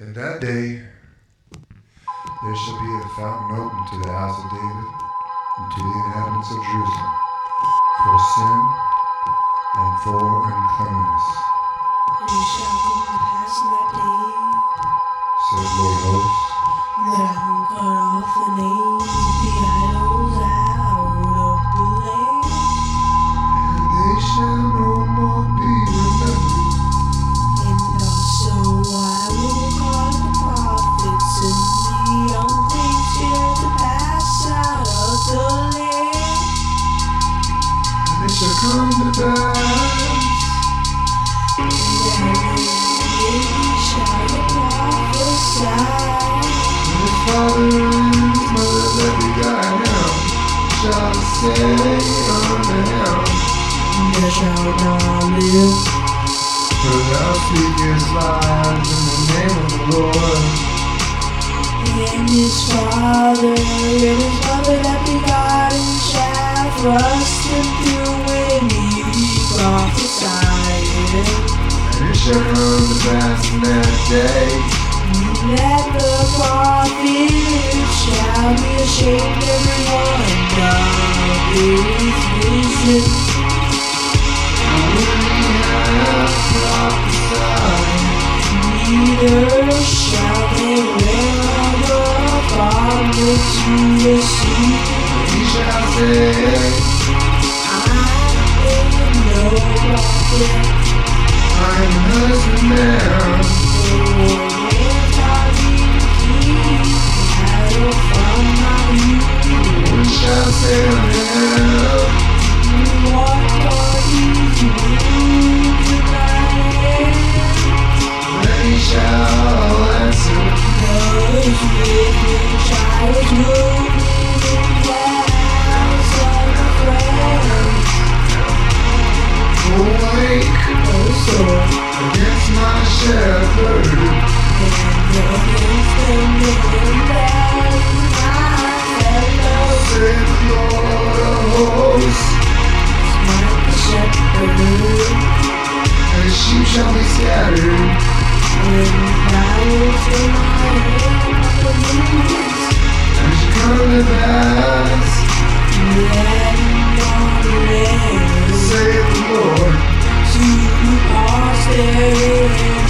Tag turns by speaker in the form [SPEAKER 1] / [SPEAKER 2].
[SPEAKER 1] In that day, there shall be a fountain open to the house of David and to the inhabitants of Jerusalem for sin and for uncleanness,
[SPEAKER 2] And it shall come to pass in that day
[SPEAKER 1] says the Lord of hosts.
[SPEAKER 2] that I will cut off the names of the idols I would have blazed,
[SPEAKER 1] And they shall no more be remembered.
[SPEAKER 2] and also I will cause the prophets and the young things here to pass out of the land.
[SPEAKER 1] And it shall come to pass
[SPEAKER 2] They shall prophesy.
[SPEAKER 1] when the father and his mother that begot him shall say unto him,
[SPEAKER 2] They shall not live.
[SPEAKER 1] For thou speakest lies in the name of the Lord.
[SPEAKER 2] And his father, and his mother that begot him shall thrust him through when he prophesied.
[SPEAKER 1] And it shall come to pass in that day
[SPEAKER 2] That the prophet shall be ashamed every one of his vision.
[SPEAKER 1] when he hath prophesied.
[SPEAKER 2] Neither shall they wear the garment to the sea.
[SPEAKER 1] And he shall say,
[SPEAKER 2] I am no prophet.
[SPEAKER 1] I am a husbandman. What shall I say unto him? Then he shall answer, Awake against my shepherd. Saith the Lord of hosts, and the sheep shall be scattered. And it shall come to pass,
[SPEAKER 2] Let not
[SPEAKER 1] saith the Lord,
[SPEAKER 2] to posterity.